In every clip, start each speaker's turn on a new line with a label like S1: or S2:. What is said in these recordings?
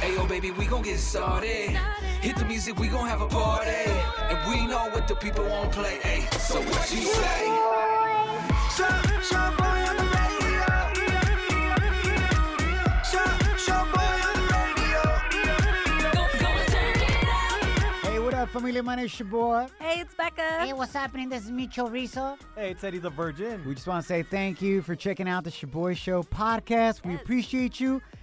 S1: Hey, oh baby, we gon' get started. Hit the music, we gon' have a party. And we know what the people won't play. Hey, so what you say?
S2: Hey, what up, familia? My name's Shaboy.
S3: Hey, it's Becca.
S4: Hey, what's happening? This is Micho Rizzo.
S5: Hey, it's Eddie the Virgin.
S2: We just want to say thank you for checking out the Shaboy Show podcast. We appreciate you.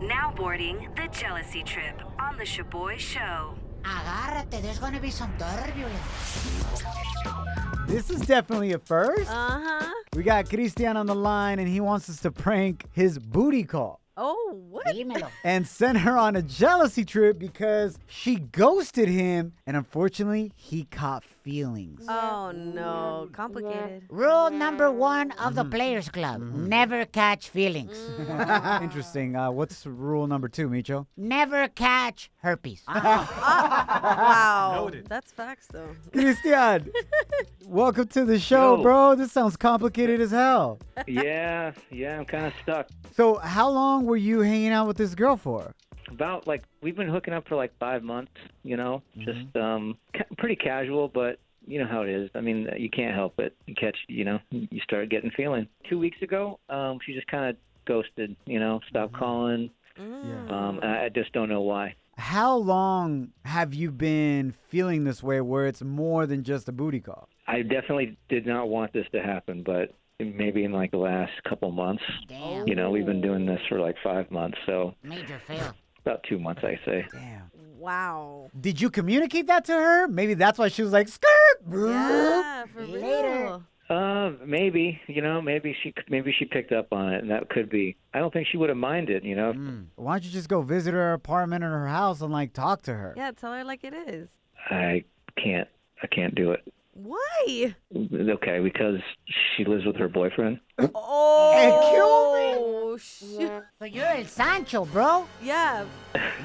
S6: Now boarding the jealousy trip on the Shaboy Show.
S4: Agárrate, there's gonna be some turbulence.
S2: This is definitely a first.
S3: Uh huh.
S2: We got Christian on the line, and he wants us to prank his booty call
S3: Oh, what?
S4: Dímelo.
S2: and send her on a jealousy trip because she ghosted him, and unfortunately, he caught feelings.
S3: Oh, no. Complicated.
S4: Rule number one of
S2: Mm-hmm.
S4: the Players Club never catch feelings.
S2: Interesting. Uh, what's rule number two, Micho?
S4: Never catch herpes.
S3: Wow.
S5: Noted.
S3: That's facts, though.
S2: Christian, welcome to the show,
S7: Yo.
S2: bro. This sounds complicated as hell.
S7: yeah, yeah, I'm kind of stuck.
S2: So, how long were you hanging out with this girl for?
S7: About like we've been hooking up for like five months, you know, just um, ca- pretty casual, but you know how it is. I mean, you can't help it. You catch, you know, you start getting feeling. Two weeks ago, um, she just kind of ghosted, you know, stopped calling. Um, I I just don't know why.
S2: How long have you been feeling this way where it's more than just a booty call?
S7: I definitely did not want this to happen, but maybe in like the last couple months,
S4: Damn,
S7: you know, we've been doing this for like five months, so
S4: major fail.
S7: about two months, I say.
S2: Damn.
S3: Wow.
S2: Did you communicate that to her? Maybe that's why she was like, skirt, bro.
S3: Yeah, for real.
S7: Uh, maybe you know, maybe she maybe she picked up on it, and that could be. I don't think she would have minded, you know.
S2: Why don't you just go visit her apartment or her house and like talk to her?
S3: Yeah, tell her like it is.
S7: I can't, I can't do it.
S3: Why?
S7: Okay, because she lives with her boyfriend.
S3: Oh, shoot.
S4: So you're El Sancho, bro.
S3: Yeah.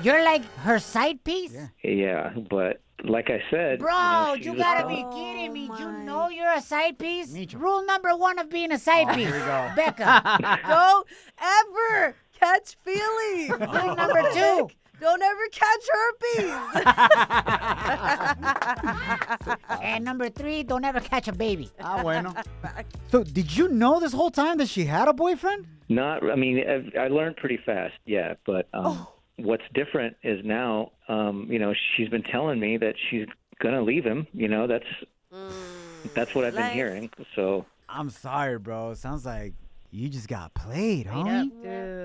S4: You're like her side piece.
S7: Yeah, but like I said,
S4: Bro,
S7: she
S4: you
S7: was
S4: gotta
S7: calling-
S4: be kidding me. You
S3: my.
S4: know you're a side piece?
S2: Me too. Oh,
S4: Rule number one of being a side piece.
S2: here we go.
S4: Becca.
S3: Don't ever catch feelings.
S4: Rule number two.
S3: Don't ever catch herpes.
S4: And number three, don't ever catch a baby.
S2: Ah, bueno. so, did you know this whole time that she had a boyfriend?
S7: Not, I mean, I, I learned pretty fast. Yeah, but um,
S4: Oh.
S7: what's different is now, um, you know, she's been telling me that she's gonna leave him. You know, that's
S4: Mm.
S7: that's what I've been
S3: life.
S7: hearing. So
S2: I'm sorry, bro. Sounds like you just got played,
S4: up.
S2: homie.
S3: Dude.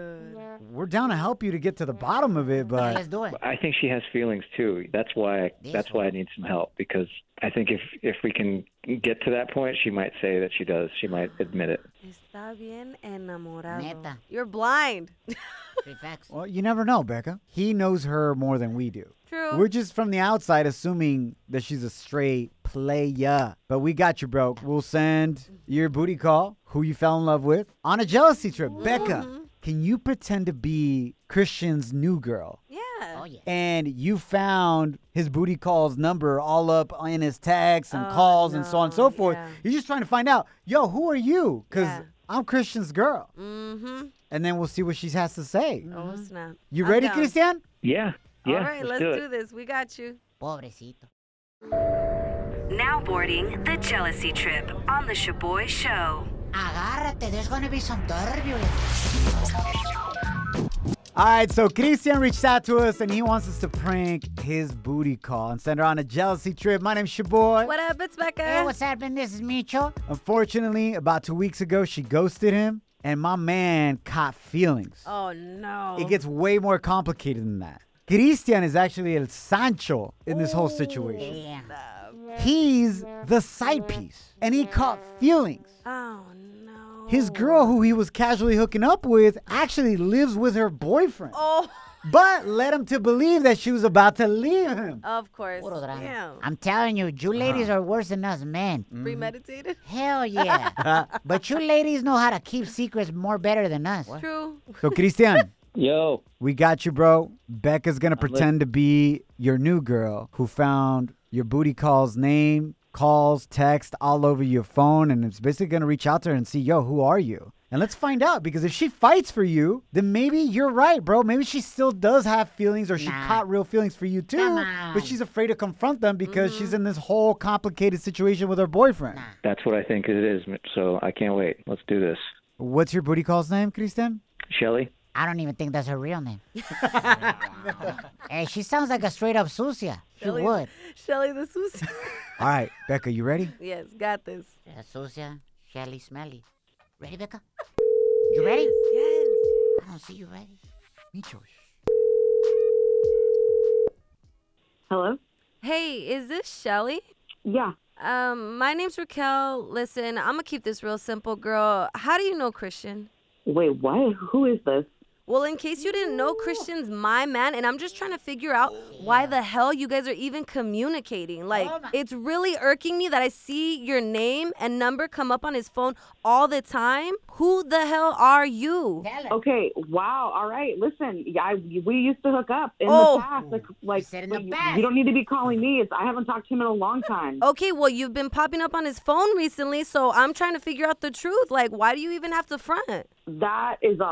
S2: We're down to help you to get to the bottom of it, but
S4: Let's do it.
S7: I think she has feelings too. That's why that's why I need some help because I think if if we can get to that point, she might say that she does. She might admit it.
S3: Está bien enamorado.
S4: Neta.
S3: You're blind.
S4: Three facts.
S2: well, you never know, Becca. He knows her more than we do.
S3: True.
S2: We're just from the outside assuming that she's a straight playa. But we got you, bro. We'll send your booty call, who you fell in love with, on a jealousy trip.
S3: Mm-hmm.
S2: Becca, can you pretend to be Christian's new girl?
S3: yeah.
S4: Oh, yeah.
S2: and you found his booty calls number all up in his texts and
S3: Oh,
S2: calls and so on and so
S3: no,
S2: forth.
S3: yeah.
S2: You're just trying to find out, yo, who are you? Because
S3: Yeah.
S2: I'm Christian's girl.
S3: Mm-hmm.
S2: And then we'll see what she has to say.
S3: Oh, snap.
S2: You
S3: I'm
S2: ready,
S3: down.
S2: Christian?
S7: Yeah. Yeah.
S3: All right, let's,
S7: do
S3: do,
S7: it.
S3: this. We got you.
S4: Pobrecito.
S6: Now boarding the jealousy trip on the Shaboy Show.
S4: Agárrate, there's gonna be some turbulence.
S2: All right, so Christian reached out to us and he wants us to prank his booty call and send her on a jealousy trip. My name's Shaboy.
S3: What up, it's Becca.
S4: Hey, what's happening? This is Micho.
S2: Unfortunately, about two weeks ago, she ghosted him and my man caught feelings.
S3: oh, no.
S2: It gets way more complicated than that. Christian is actually El Sancho in this whole situation.
S4: Yeah.
S3: Oh,
S2: He's the side piece, and he caught feelings.
S3: oh, no.
S2: His girl, who he was casually hooking up with, actually lives with her boyfriend.
S3: Oh,
S2: but led him to believe that she was about to leave him.
S3: Of course.
S4: Puro drama.
S3: Damn.
S4: I'm telling you, you ladies are worse than us men.
S3: Mm. Premeditated.
S4: Hell yeah. but you ladies know how to keep secrets more better than us.
S3: True.
S2: So, Christian,
S7: Yo,
S2: we got you, bro. Becca's going to pretend to be your new girl who found your booty call's name, calls, text all over your phone, and it's basically going to reach out to her and see, yo, who are you? And let's find out because if she fights for you, then maybe you're right, bro. Maybe she still does have feelings or she
S4: Nah.
S2: caught real feelings for you too,
S4: Come
S2: but
S4: on. Mm-hmm.
S2: she's afraid to confront them because she's in this whole complicated situation with her boyfriend.
S7: that's what I think it is. So I can't wait. Let's do this.
S2: What's your booty call's name, Christian?
S7: Shelly?
S4: I don't even think that's her real name. hey, she sounds like a straight up sucia. She
S3: Shelly-
S4: would.
S3: Shelly, this was.
S2: All right, Becca, you ready?
S3: yes, got this.
S4: Yeah, sucia, Shelly, smelly. Ready, Becca? You ready?
S3: Yes.
S4: I don't see you ready.
S8: Hello?
S3: Hey, is this Shelly?
S8: Yeah.
S3: Um, my name's Raquel. Listen, I'm gonna keep this real simple, girl. How do you know Christian?
S8: Wait, what? Who is this?
S3: Well, in case you didn't know, Christian's my man, and I'm just trying to figure out why the hell you guys are even communicating. Like, it's really irking me that I see your name and number come up on his phone all the time. Who the hell are you?
S4: Tell her.
S8: Okay. Wow. All right. Listen, yeah, I, we used to hook up in
S3: Oh.
S8: the past. Like, like
S4: said in the
S8: you,
S4: past. Oh.
S8: you don't need to be calling me. It's, I haven't talked to him in a long time.
S3: Okay, well, you've been popping up on his phone recently, so I'm trying to figure out the truth. Like, why do you even have to front?
S8: That is a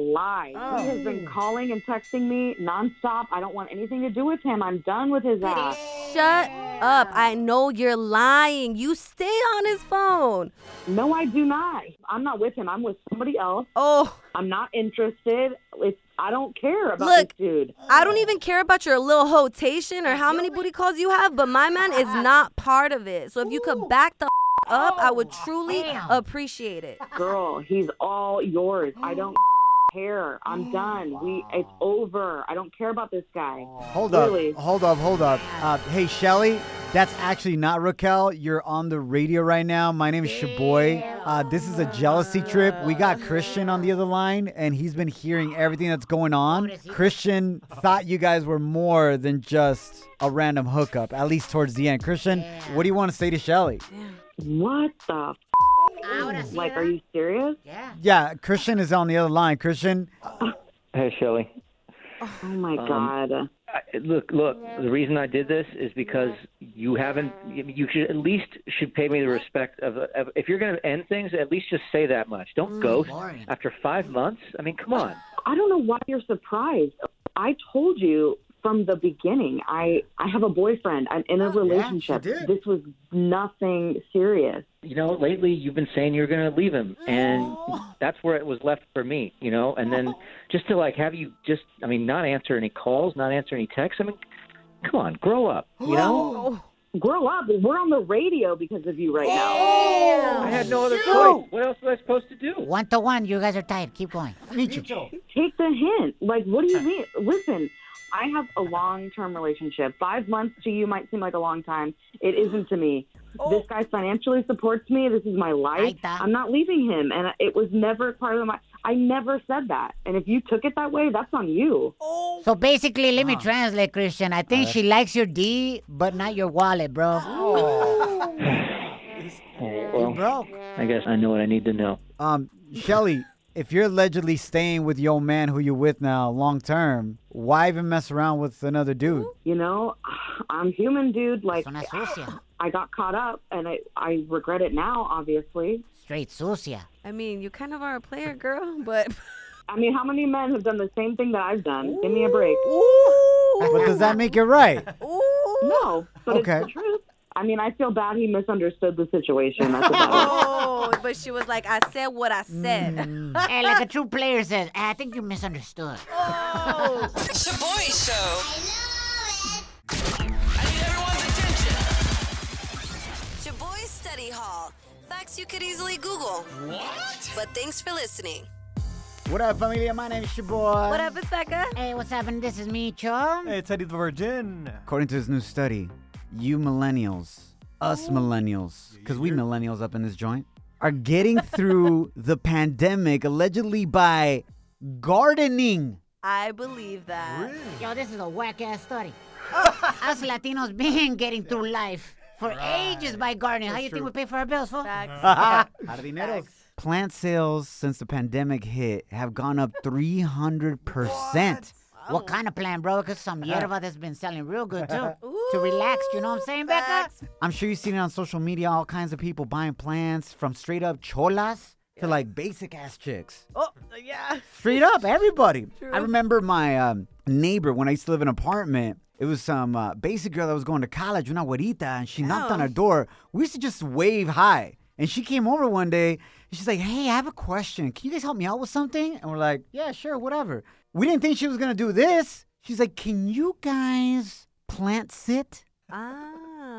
S8: lie. He has
S4: Oh.
S8: been calling and texting me nonstop. I don't want anything to do with him. I'm done with his ass.
S3: Shut up. I know you're lying. You stay on his phone.
S8: No, I do not. I'm not with him. I'm with somebody else.
S3: Oh,
S8: I'm not interested. It's, I don't care about
S3: Look.
S8: this dude.
S3: I don't even care about your little hotation or how many booty calls you have, but my man is not part of it. So if you could back the up, I would truly appreciate it.
S8: Girl, he's all yours. I don't care. I'm done. We it's over. I don't care about this guy.
S2: Hold
S8: Really?
S2: up, hold up, hold up. Uh, hey, Shelly, that's actually not Raquel. You're on the radio right now. My name is Shaboy. Uh, this is a jealousy trip. We got Christian on the other line, and he's been hearing everything that's going on. Christian thought you guys were more than just a random hookup, at least towards the end. Christian, what do you want to say to Shelly?
S8: What the
S4: Ahora
S8: f-
S4: sí,
S8: like
S4: ¿verdad?
S8: are you serious?
S4: Yeah.
S2: Yeah, Christian is on the other line. Christian,
S7: Hey, Shelly.
S8: Oh my god.
S7: I, look, look. The reason I did this is because you haven't. You should at least should pay me the respect of. of if you're going to end things, at least just say that much.
S3: Mm.
S7: Don't ghost
S4: boring.
S7: after five months. I mean, come on.
S8: I don't know why you're surprised. I told you from the beginning. I I have a boyfriend. I'm in a relationship. this was nothing serious.
S7: You know, lately you've been saying you're going to leave him, and that's where it was left for me. You know, and then just to like have you just. I mean, not answer any calls, not answer any texts. I mean, come on, grow up. You know.
S8: Grow up. We're on the radio because of you right now.
S7: I had no other choice. What else was I supposed to do?
S4: One to one, you guys are tired. Keep going.
S8: take the hint. Like, what do you mean? Listen, I have a long term relationship. Five months to you might seem like a long time. It isn't to me. This guy financially supports me. This is my life.
S4: Ahí está.
S8: I'm not leaving him. And it was never part of my. I never said that. And if you took it that way, that's on you.
S4: So basically, let me translate, Christian. I think she likes your D, but not your wallet, bro.
S3: Oh
S7: All right, well,
S2: bro,
S7: I guess I know what I need to know.
S2: Um, Shelly, if you're allegedly staying with your man who you're with now long term, why even mess around with another dude?
S8: You know, I'm human, dude. Like,
S4: Es una sucia.
S8: I got caught up and I, I regret it now, obviously.
S4: Straight sucia.
S3: I mean, you kind of are a player, girl, but
S8: I mean, how many men have done the same thing that I've done? Give me a break.
S2: But does that make it right?
S8: No, but
S2: Okay.
S8: it's the truth. I mean, I feel bad he misunderstood the situation. That's about it.
S3: oh, but she was like, I said what I said.
S4: hey, like a true player says, "Ah, I think you misunderstood.
S9: Shaboy Show. I need everyone's attention.
S10: Shaboy Study Hall. Facts you could easily Google. What? But thanks for listening.
S2: What up, familia? My name is your boy.
S3: What up, it's Becca?
S4: Hey, what's happening? This is Micho.
S5: Hey, it's Eddie the Virgin.
S2: According to this new study, you millennials, us millennials, because we millennials up in this joint, are getting through the pandemic allegedly by gardening.
S3: I believe that.
S4: Yo, this is a whack ass story. Us Latinos been getting through life for ages by gardening. How you think we pay for our bills, fool?
S3: Facts.
S2: Jardineros. Plant sales since the pandemic hit have gone up 300%.
S3: Oh.
S4: What kind of plan, bro? Because some yerba that's been selling real good too. to relax, you know what I'm saying, Becca?
S3: Facts.
S2: I'm sure you've seen it on social media, all kinds of people buying plants from straight up cholas to like basic ass chicks.
S3: Oh, yeah.
S2: Straight up, everybody. I remember my um, neighbor when I used to live in an apartment. It was some uh, basic girl that was going to college, una güerita, and she knocked on
S3: Oh.
S2: our door. We used to just wave hi. And she came over one day and she's like, Hey, I have a question. Can you guys help me out with something? And we're like, Yeah, sure, whatever. We didn't think she was going to do this. She's like, Can you guys plant sit?
S3: Ah.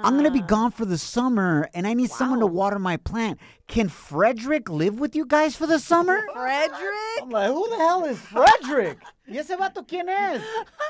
S2: I'm gonna be gone for the summer, and I need someone to water my plant. Can Frederick live with you guys for the summer?
S3: Frederick?
S2: I'm like, who the hell is Frederick? ¿Y ese vato quién es?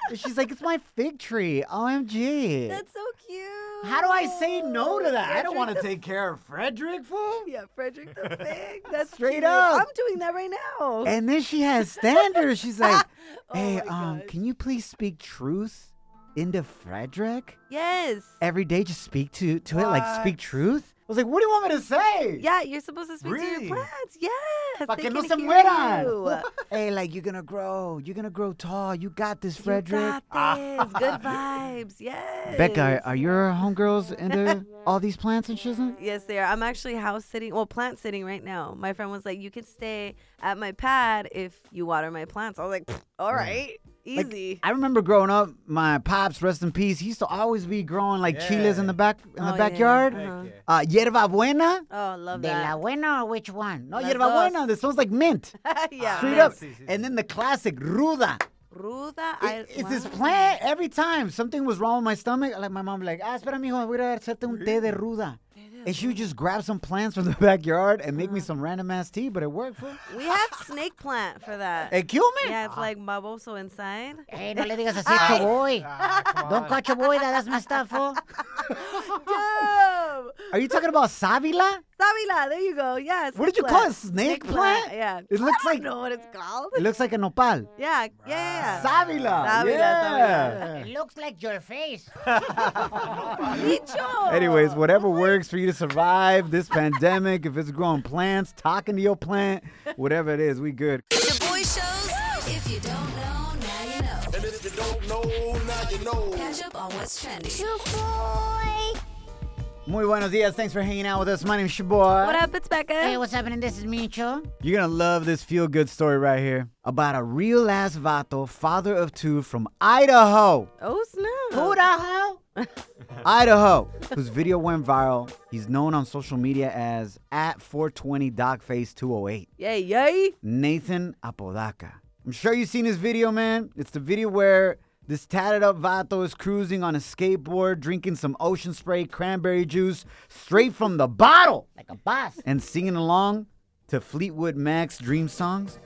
S2: And she's like, it's my fig tree. OMG.
S3: That's so cute.
S2: How do I say no to that? I don't want to take care of Frederick, fool.
S3: Yeah, Frederick the Pig. That's
S2: Straight
S3: cute.
S2: up.
S3: I'm doing that right now.
S2: And then she has standards. She's like, hey,
S3: Oh my
S2: um,
S3: gosh.
S2: can you please speak truth into Frederick?
S3: yes.
S2: Every day, just speak to to it, like speak truth. I was like, what do you want me to say?
S3: Yeah, you're supposed to speak to
S5: Really?
S3: your plants. Yes.
S2: Pa'
S3: they
S2: que no
S3: can
S2: se
S3: hear
S2: mueran.
S3: you.
S2: Hey, like you're gonna grow. You're gonna grow tall. You got this, Frederick.
S3: You got this. Good vibes. Yes.
S2: Becca, are, are your homegirls into all these plants and shiznit?
S3: Yes, they are. I'm actually house sitting, well, plant sitting right now. My friend was like, "You can stay at my pad if you water my plants." I was like, "Pfft, "All right,
S2: Like,
S3: easy."
S2: I remember growing up, my pops, rest in peace, he used to always be growing like chiles in the back in
S3: Oh,
S2: the
S3: yeah.
S2: backyard.
S3: Uh-huh.
S2: Uh, yerba buena.
S3: oh, love
S4: De la
S3: that.
S4: buena or which one?
S2: No,
S4: No,
S3: Las
S2: yerba
S3: dos.
S2: buena. This smells like mint.
S3: yeah.
S2: Straight
S3: man.
S2: up.
S5: sí, sí,
S2: And
S5: sí.
S2: then the classic, ruda.
S3: Ruda.
S2: I,
S3: I,
S2: it's this
S3: wow.
S2: plant every time something was wrong with my stomach. Like my mom, like, ah, espera, mijo, voy a ir a hacerte un té de ruda. And she would just grab some plants from the backyard and make me
S3: Uh-huh.
S2: some random ass tea, but it worked. fool.
S3: We have snake plant for that.
S2: It killed me.
S3: Yeah, it's like baboso inside.
S4: Hey, Eh, no le digas así a tu boy. Don't call your boy that. That's my stuff, fool.
S3: Damn.
S2: Are you talking about savila?
S3: Savila, there you go. Yes.
S2: What did you call it? Snake plant?
S3: Yeah.
S2: It looks
S3: I
S2: like
S3: don't know what it's called.
S2: it looks like an opal.
S3: Yeah, yeah, yeah.
S2: Savila.
S3: Savila,
S2: yeah.
S4: It looks like your face.
S3: Bicho.
S2: Anyways, whatever works for you to survive this pandemic, if it's growing plants, talking to your plant, whatever it is, we good.
S11: Shaboy shows. If you don't know, now you know.
S1: And if you don't know, now you know.
S11: Catch up on what's trending.
S2: Muy buenos dias. Thanks for hanging out with us. My name's Shaboy.
S3: What up? It's Becca.
S4: Hey, what's happening? This is Micho.
S2: You're gonna love this feel good story right here about a real ass vato, father of two from Idaho.
S3: oh snap.
S4: Who the hell?
S2: Idaho, whose video went viral. He's known on social media as at 420 DocFace208.
S3: Yay, yay.
S2: Nathan Apodaca. I'm sure you've seen this video, man. It's the video where this tatted up vato is cruising on a skateboard, drinking some ocean spray cranberry juice straight from the bottle
S4: Like a boss.
S2: and singing along to Fleetwood Mac's dream songs.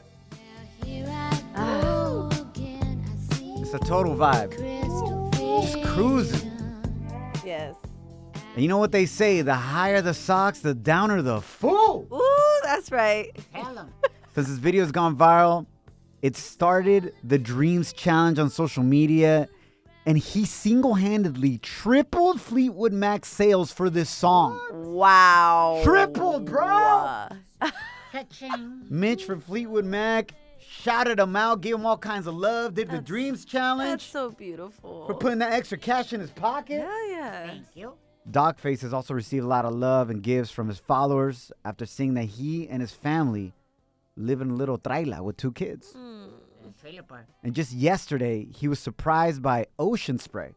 S3: Oh,
S2: It's a total vibe. Just cruising.
S3: Yes.
S2: And you know what they say the higher the socks, the downer the fool.
S3: Ooh, that's right.
S4: Tell him.
S2: Since this video has gone viral, it started the Dreams Challenge on social media, and he single handedly tripled Fleetwood Mac sales for this song.
S3: Wow.
S2: Triple, bro!
S4: Ka-ching.
S2: Mitch from Fleetwood Mac shouted him out, gave him all kinds of love, did the Dreams
S3: That's
S2: Challenge
S3: so beautiful.
S2: for putting that extra cash in his pocket.
S3: yeah, yeah.
S4: Thank you.
S2: Dogface has also received a lot of love and gifts from his followers after seeing that he and his family live in a little traila with two kids.
S4: Trailer park.
S2: And just yesterday, he was surprised by Ocean Spray,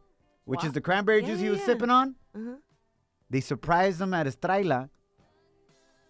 S2: which is the cranberry
S3: Yeah,
S2: juice
S3: yeah,
S2: he was
S3: yeah.
S2: sipping on.
S3: Mhm.
S2: They surprised him at his traila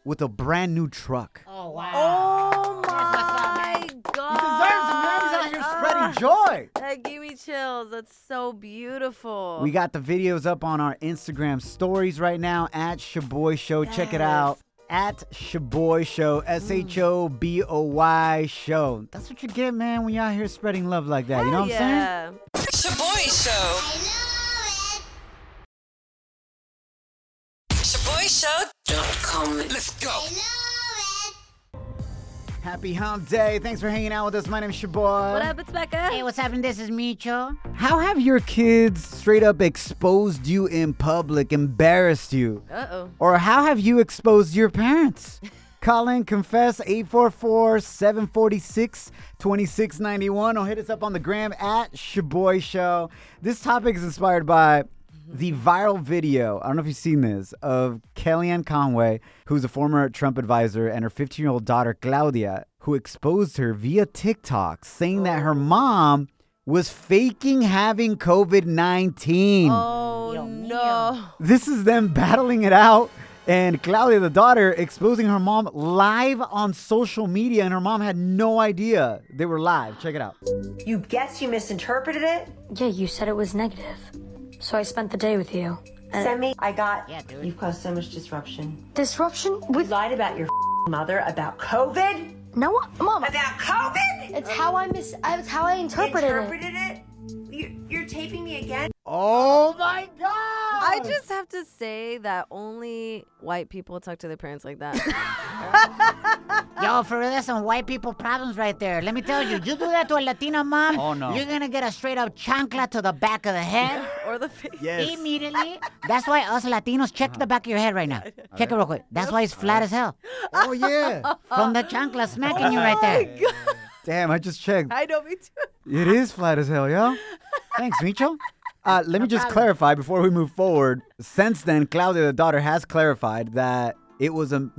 S2: with a brand new truck.
S4: Oh, wow.
S3: Oh my
S2: He deserves it, man.
S3: god.
S2: He's out here
S3: Oh. Ah,
S2: spreading joy.
S3: That gave me chills. That's so beautiful.
S2: We got the videos up on our Instagram stories right now at Shaboy Show. Check it
S3: Yes.
S2: out. At Shaboy Show, S H O B O Y Show. That's what you get, man, when you're out here spreading love like that. You know what I'm saying?
S3: yeah.
S11: Shaboy Show. ShaboyShow.com.
S1: Let's go.
S2: Happy hump day. Thanks for hanging out with us. My name's Shaboy.
S3: What up, it's Becca?
S4: Hey, what's happening? This is Micho.
S2: How have your kids straight up exposed you in public, embarrassed you?
S3: Uh oh.
S2: Or how have you exposed your parents? Call in, confess, 844 746 2691, or hit us up on the gram at Shaboy Show. This topic is inspired by the viral video. I don't know if you've seen this of Kellyanne Conway, who's a former Trump advisor, and her 15 year old daughter, Claudia, who exposed her via TikTok saying that her mom was faking having COVID 19.
S3: Oh no.
S2: This is them battling it out. And Claudia, the daughter, exposing her mom live on social media, and her mom had no idea they were live. Check it out.
S12: You guess you misinterpreted it?
S13: Yeah, you said it was negative. So I spent the day with you. And
S12: Send me. I got.
S4: Yeah, dude.
S12: You've caused so much disruption.
S13: disruption
S12: You
S13: with
S12: lied about your mother about COVID.
S13: no mom.
S12: About COVID.
S13: It's how I mis I- it's how I interpreted it.
S12: Interpreted it. You, you're taping me again.
S2: Oh my God!
S3: I just have to say that only white people talk to their parents like that.
S4: Yo, for real, that's some white people problems right there. Let me tell you, you do that to a Latina mom,
S2: Oh, no.
S4: you're gonna get a straight up chancla to the back of the head
S3: or the face.
S2: Yes.
S4: immediately. That's why us Latinos check the back of your head right now. Check it real quick. That's why it's flat as hell
S2: Oh, yeah.
S4: from the chancla smacking you right there.
S2: Damn, I just checked.
S3: I know me too.
S2: It is flat as hell, yo. Thanks, Micho. Uh, let me just clarify before we move forward. Since then, Claudia, the daughter, has clarified that it was a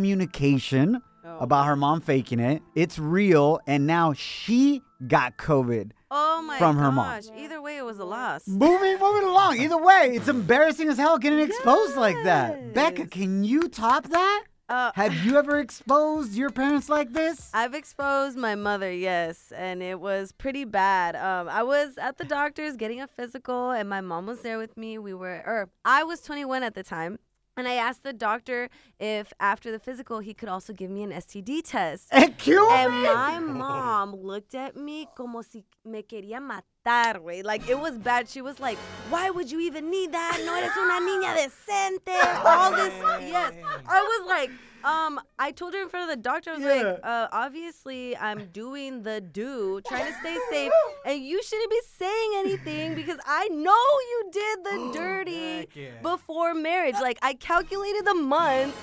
S2: miscommunication about her mom faking it. It's real, and now she got COVID.
S3: Oh my
S2: From
S3: gosh.
S2: her mom.
S3: Either way, it was a loss.
S2: Moving, moving along. Either way, it's embarrassing as hell getting exposed like that. Becca, can you top that?
S3: Uh,
S2: Have you ever exposed your parents like this?
S3: I've exposed my mother, yes, and it was pretty bad. Um, I was at the doctor's getting a physical, and my mom was there with me. We were, or I was 21 at the time. And I asked the doctor if after the physical he could also give me an STD test. And my mom looked at me como si me quería matar, güey. Like, it was bad. She was like, why would you even need that? No eres una niña decente. All this, yes. I was like, um, I told her in front of the doctor, I was like, uh, obviously I'm doing the do, trying to stay safe, and you shouldn't be saying anything because I know you did the dirty before marriage. Like, I calculated the months.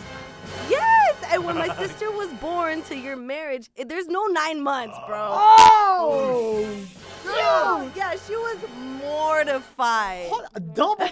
S3: Yes, and when my sister was born to your marriage, it, there's no nine months, bro.
S2: Oh!
S3: Girl, yeah, she was mortified.
S2: Double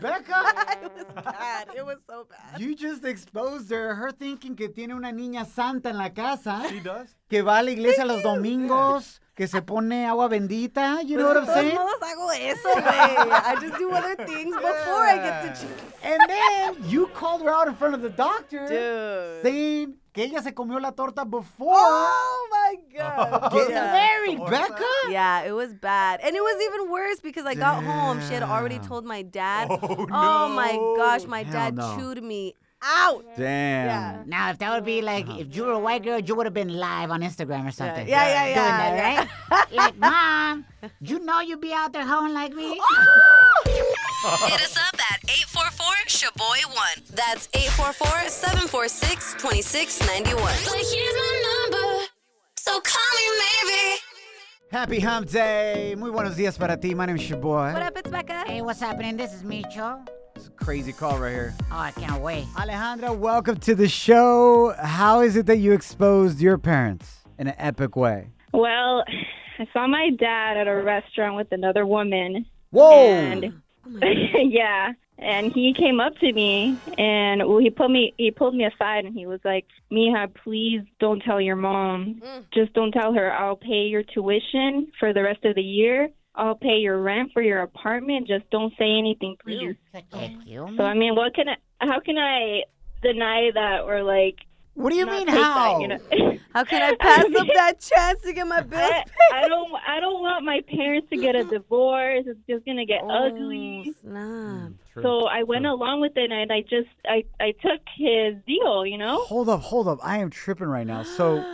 S2: Becca.
S3: It was bad. It was so bad.
S2: You just exposed her. Her thinking que tiene una niña santa en la casa,
S5: She does.
S2: que va a la iglesia los domingos, que se pone agua bendita. You know what I'm
S3: De todos
S2: saying?
S3: modos, hago eso, güey. I just do other things before I get to cheat.
S2: And then you called her out in front of the doctor,
S3: Dude.
S2: saying que ella se comió la torta before
S3: Oh my god.
S2: getting
S3: yeah.
S2: married, Becca.
S3: Yeah, it was bad. And it was even worse because I got home. She had already told my dad. Oh, my gosh, my
S2: Hell
S3: dad
S2: no.
S3: chewed me out.
S2: Damn.
S3: Yeah.
S4: Now, if that would be like, if you were a white girl, you would have been live on Instagram or something.
S3: Uh-huh. Yeah, yeah, yeah. yeah.
S4: Doing that, right? like, mom, you know you be out there hoeing like me.
S3: Oh,
S6: Hit us up at 844-SHABOY1.
S3: That's 844-746-2691.
S11: Well, here's my number, so call me maybe.
S2: Happy Hump Day. Muy buenos días para ti. My name is your boy.
S3: What up, it's Becca.
S4: hey, what's happening? This is Micho.
S2: It's a crazy call right here.
S4: Oh, I can't wait.
S2: Alejandra, welcome to the show. How is it that you exposed your parents in an epic way?
S8: Well, I saw my dad at a restaurant with another woman.
S2: Whoa!
S8: And yeah, and he came up to me and well, he put me he pulled me aside and he was like, "Mija, please don't tell your mom. Just don't tell her. I'll pay your tuition for the rest of the year. I'll pay your rent for your apartment. Just don't say anything, please."
S4: Thank you.
S8: So I mean, what can I, how can I deny that or like
S2: what do you
S8: not
S2: mean
S8: take that,
S2: how?
S8: you know?
S3: How can I pass up that chance to get my bills
S8: I,
S3: paid?
S8: I don't I don't want my parents to get a divorce. It's just gonna
S2: Oh,
S8: get ugly.
S3: Snap.
S8: So I went along with it and I just I, I took his deal, you know?
S2: Hold up, hold up. I am tripping right now. So,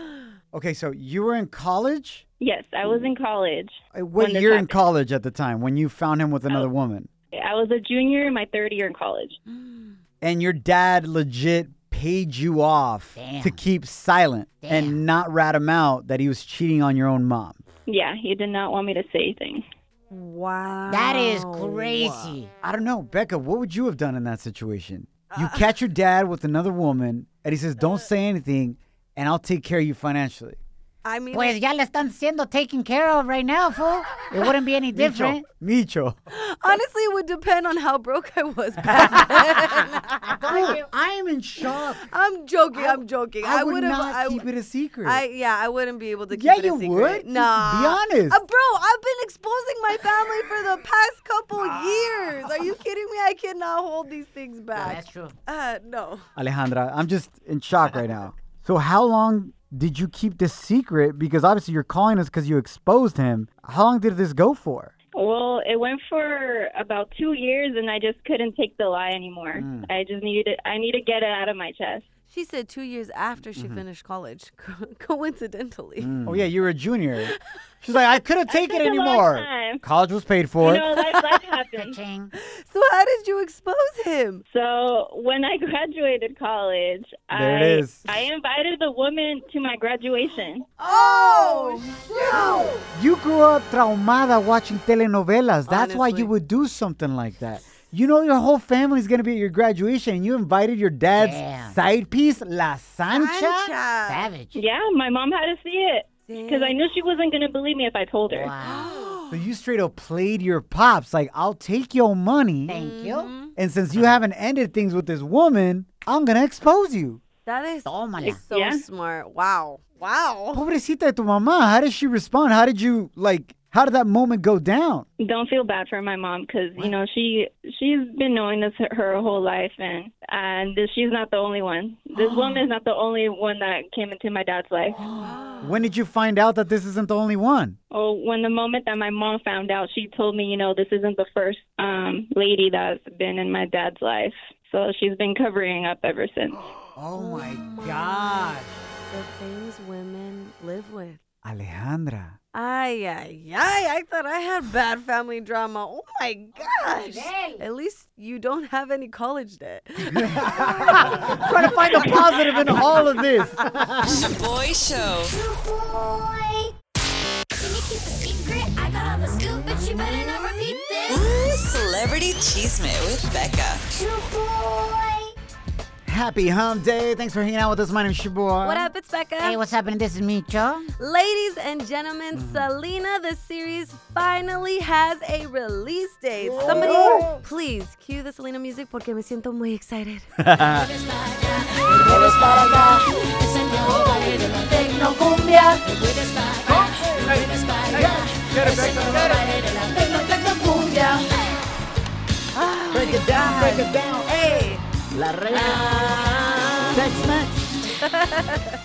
S2: okay, so you were in college?
S8: Yes, I was in college.
S2: Uh, What
S8: When this
S2: year in
S8: happened.
S2: college at the time when you found him with
S8: Oh.
S2: another woman?
S8: I was a junior in my third year in college.
S2: And your dad legit paid you off to keep silent and not rat him out that he was cheating on your own mom.
S8: Yeah, he did not want me to say anything.
S3: Wow.
S4: That is crazy.
S2: I don't know, Becca, what would you have done in that situation? You catch your dad with another woman, and he says, Don't say anything, and I'll take care of you financially.
S3: I mean,
S4: Pues ya le están siendo taken care of right now, fool. It wouldn't be any different.
S2: Micho.
S3: honestly, it would depend on how broke I was back then.
S2: I am in shock.
S3: I'm joking. I'm joking. I,
S2: I would
S3: would've-
S2: not
S3: I w-
S2: keep it a secret.
S3: I yeah, I wouldn't be able to keep
S2: Yeah,
S3: it a
S2: you
S3: secret.
S2: would. Be
S3: Nah.
S2: honest.
S3: Uh, bro, I've been exposing my family for the past couple
S2: Ah.
S3: years. Are you kidding me? I cannot hold these things back.
S4: that's true.
S3: Uh, no.
S2: Alejandra, I'm just in shock right now. So, how long did you keep this secret? Because obviously you're calling us because you exposed him. How long did this go for?
S8: Well, it went for about two years, and I just couldn't take the lie anymore.
S2: Mm.
S8: I just needed I need to get it out of my chest.
S3: She said two years after she
S2: Mm-hmm.
S3: finished college, co- coincidentally.
S2: Oh, yeah, you were a junior. She's like, I couldn't take it
S8: took a long
S2: anymore.
S8: time.
S2: College was paid for.
S8: You know, life, life happens.
S4: Ching.
S3: So how did you expose him?
S8: So when I graduated college,
S2: There
S8: I
S2: it is.
S8: I invited the woman to my graduation.
S3: Oh, shoot!
S2: You grew up traumada watching telenovelas. That's why
S3: Honestly.
S2: you would do something like that. You know your whole family's gonna be at your graduation, and you invited your dad's
S4: Damn.
S2: side piece, La
S3: Oh,
S2: Sancha.
S3: Sancha.
S4: Savage.
S8: Yeah, my mom had to see it because I knew she wasn't gonna believe me if I told her.
S4: Wow.
S2: So you straight up played your pops. Like I'll take your money,
S4: Thank
S3: Mm-hmm.
S4: you.
S2: and since you haven't ended things with this woman, I'm gonna expose you.
S3: That is
S4: Tómala.
S3: so
S8: Yeah.
S3: smart. Wow. Wow.
S2: Pobrecita de tu mamá. How did she respond? How did you like? How did that moment go down?
S8: Don't feel bad for my mom because you know she she's been knowing this her- her whole life, and and this, she's not the only one. This woman is not the only one that came into my dad's life.
S2: When did you find out that this isn't the only one?
S8: Oh, when the moment that my mom found out, she told me, you know, this isn't the first um, lady that's been in my dad's life. So she's been covering up ever since.
S2: Oh my gosh.
S3: The things women live with.
S2: Alejandra.
S3: Ay, ay, ay. I thought I had bad family drama. Oh my gosh. At least you don't have any college debt.
S2: Trying to find a positive in all of this.
S11: Shaboy Show. Shaboy. Can you keep a secret? I got all the scoop, but you better not repeat this. celebrity cheesemate with Becca. Shaboy.
S2: Happy Hump Day. Thanks for hanging out with us. My name's Shabor.
S3: What up, it's Becca.
S4: Hey, what's happening? This is Micho.
S3: Ladies and gentlemen, Selena the series finally has a release date. Somebody, please cue the Selena music porque me siento muy excited. break it down, break it down. Hey.
S2: La Reina. Tex Mex.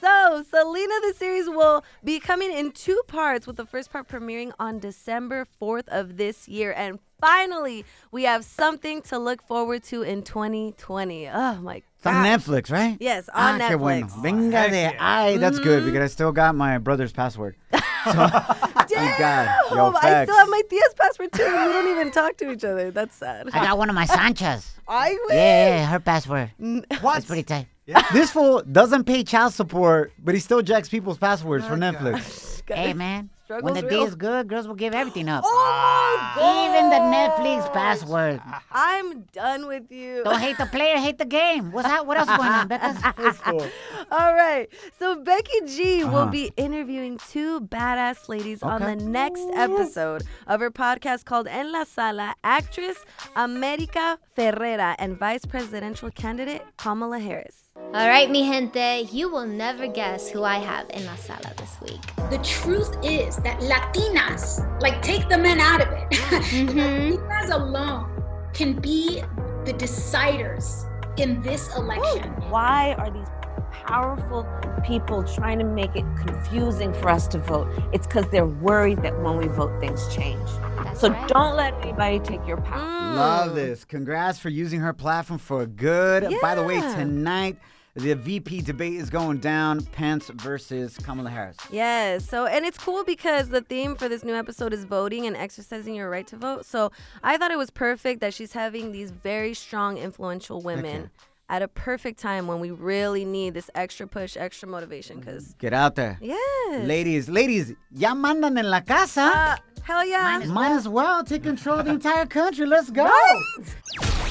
S3: So, Selena the series will be coming in two parts, with the first part premiering on December 4th of this year. And finally, we have something to look forward to in 2020. Oh my
S2: It's on
S3: God.
S2: Netflix, right?
S3: Yes, on
S2: ah, Qué bueno.
S3: Netflix. Mm-hmm.
S2: Venga de ay. That's good because I still got my brother's password. So, Thank God. Yo,
S3: Oh, I still
S2: facts.
S3: have my tia's password too. and We don't even talk to each other. That's sad.
S4: I got one of my Sanchas.
S3: I
S4: Yeah,
S3: wish.
S4: yeah, yeah, her password. That's pretty tight.
S2: This fool doesn't pay child support, but he still jacks people's passwords for Netflix.
S4: Hey, man.
S3: Struggle's
S4: when the
S3: real.
S4: day is good, girls will give everything up.
S3: Oh my God.
S4: Even the Netflix password.
S3: I'm done with you.
S4: Don't hate the player, hate the game. What's that? What else going on, Becca?
S3: All right. So Becky G will be interviewing two badass ladies on the next episode of her podcast called En la Sala, actress America Ferrera and vice presidential candidate Kamala Harris.
S11: All right, mi gente, you will never guess who I have in La Sala this week.
S14: The truth is that Latinas, like take the men out of it, Latinas alone can be the deciders in this election.
S15: Why are these powerful people trying to make it confusing for us to vote? It's because they're worried that when we vote, things change.
S11: That's
S15: so
S11: right.
S15: don't let anybody take your power.
S3: Hmm.
S2: Love this. Congrats for using her platform for good. By the way,
S3: Yeah.
S2: tonight the VP debate is going down Pence versus Kamala Harris.
S3: Yes. So, and it's cool because the theme for this new episode is voting and exercising your right to vote. So, I thought it was perfect that she's having these very strong, influential women at a perfect time when we really need this extra push, extra motivation. Because
S2: Get out there.
S3: Yes.
S2: Mm-hmm.
S3: Ah,
S2: Ladies, ladies, ya mandan en la casa.
S3: Uh, hell yeah.
S2: Might as well take control of the entire country. Let's go.
S11: Now,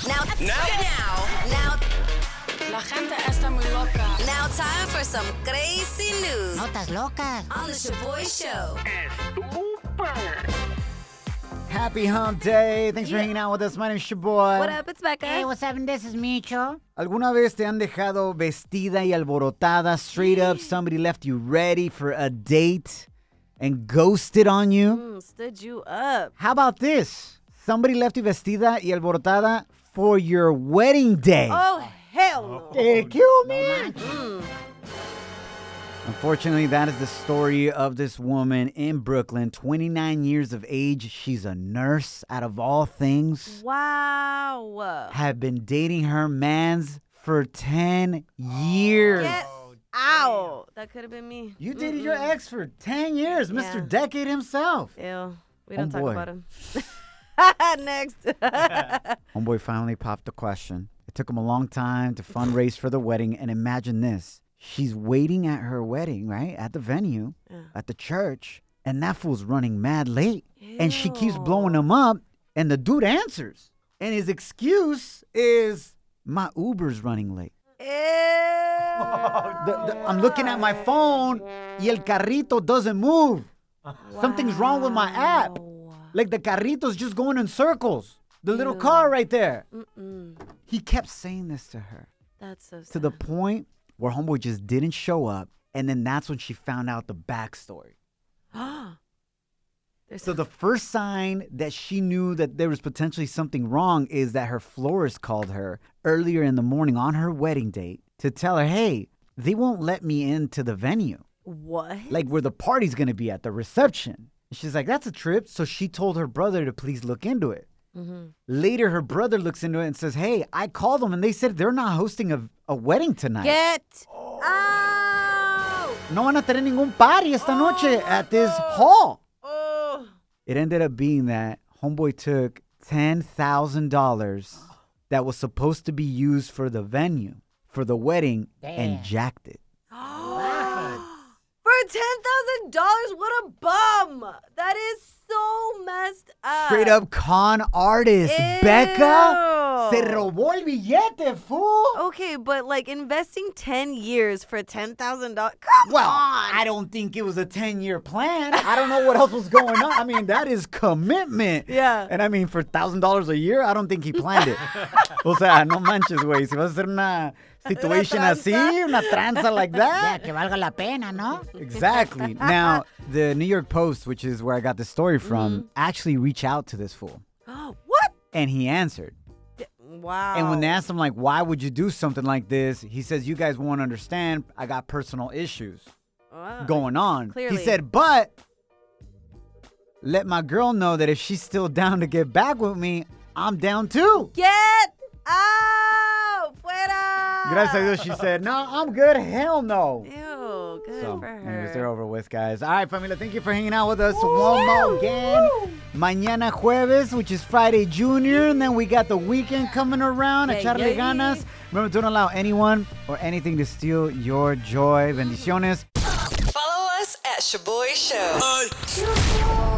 S11: now, now, now. La gente está muy loca.
S6: Now, time for some crazy news.
S4: Notas locas.
S6: On the Shaboy Show.
S2: Happy hump day. Thanks for hanging out with us. My name's Shaboy.
S3: It's Becca.
S4: Hey, what's up? And this is Micho.
S2: ¿Alguna vez te han dejado vestida y alborotada, straight up? Somebody left you ready for a date and ghosted on you?
S3: Mm, stood you up.
S2: How about this? Somebody left you vestida y alborotada for your wedding day. Eh,
S3: Oh, hell no.
S2: Te kill me. Unfortunately, that is the story of this woman in Brooklyn, 29 years of age. She's a nurse, out of all things.
S3: Wow.
S2: Had been dating her man's for 10
S3: Oh.
S2: years.
S3: Get out. That could have been me.
S2: You dated your ex for 10 years, Mr. Decade himself.
S3: Ew. We don't talk
S2: Homeboy.
S3: about him. Next.
S2: Homeboy finally popped the question. It took him a long time to fundraise for the wedding. And imagine this she's waiting at her wedding, right? At the venue, at the church. And that fool's running mad late. And she keeps blowing him up. And the dude answers. And his excuse is, my Uber's running late. The- the- I'm looking at my phone. Y el carrito doesn't move. Something's wrong with my app. Like the carrito's just going in circles. The little car right there.
S3: Mm-mm.
S2: He kept saying this to her
S3: That's so sad.
S2: to the point where homeboy just didn't show up, and then that's when she found out the backstory.
S3: There's-
S2: So the first sign that she knew that there was potentially something wrong is that her florist called her earlier in the morning on her wedding date to tell her, "Hey, they won't let me into the venue,
S3: what?
S2: like where the party's gonna be at the reception." And She's like, "That's a trip." So she told her brother to please look into it.
S3: Mm-hmm.
S2: Later, her brother looks into it and says, "Hey, I called them and they said they're not hosting a, a wedding tonight."
S3: Get
S2: Oh. No van a tener ningún party esta noche at this hall.
S3: Oh.
S2: It ended up being that homeboy took ten thousand dollars that was supposed to be used for the venue for the wedding and jacked it.
S3: For $10,000? What a bum. That is so messed up.
S2: Straight up con artist, Becca. Se
S3: Ew. Oh,
S2: robó el billete, fool.
S3: Okay, but like investing 10 years for $10,000. Come
S2: Well,
S3: on.
S2: I don't think it was a 10 year plan. I don't know what else was going on. I mean, that is commitment.
S3: Yeah.
S2: And I mean, for $1,000 a year, I don't think he planned it. o sea, no manches, güey. Si vas a hacer una situation así, una tranza like
S4: Ya,
S2: that.
S4: que valga la pena, ¿no?
S2: Exactly. Now, the New York Post, which is where I got the story from,
S3: Mm-hmm.
S2: actually reached out to this fool.
S3: what?
S2: And he answered.
S3: Wow.
S2: And when they asked him, like, why would you do something like this? He says, you guys won't understand. I got personal issues
S3: Wow.
S2: going on.
S3: Clearly.
S2: He said, but let my girl know that if she's still down to get back with me, I'm down too.
S3: Get out! Fuera!
S2: Gracias a Dios, she said, no, I'm good. Hell no.
S3: Ah. Ew, good
S2: So,
S3: for her.
S2: anyways, they're over with, guys. All right, familia, thank you for hanging out with us one more again. Mañana jueves, which is Friday Junior, and then we got the weekend coming around.
S3: Yeah,
S2: Echarle
S3: yeah.
S2: ganas. Remember, don't allow anyone or anything to steal your joy. Bendiciones.
S11: Follow us at Shaboy Show.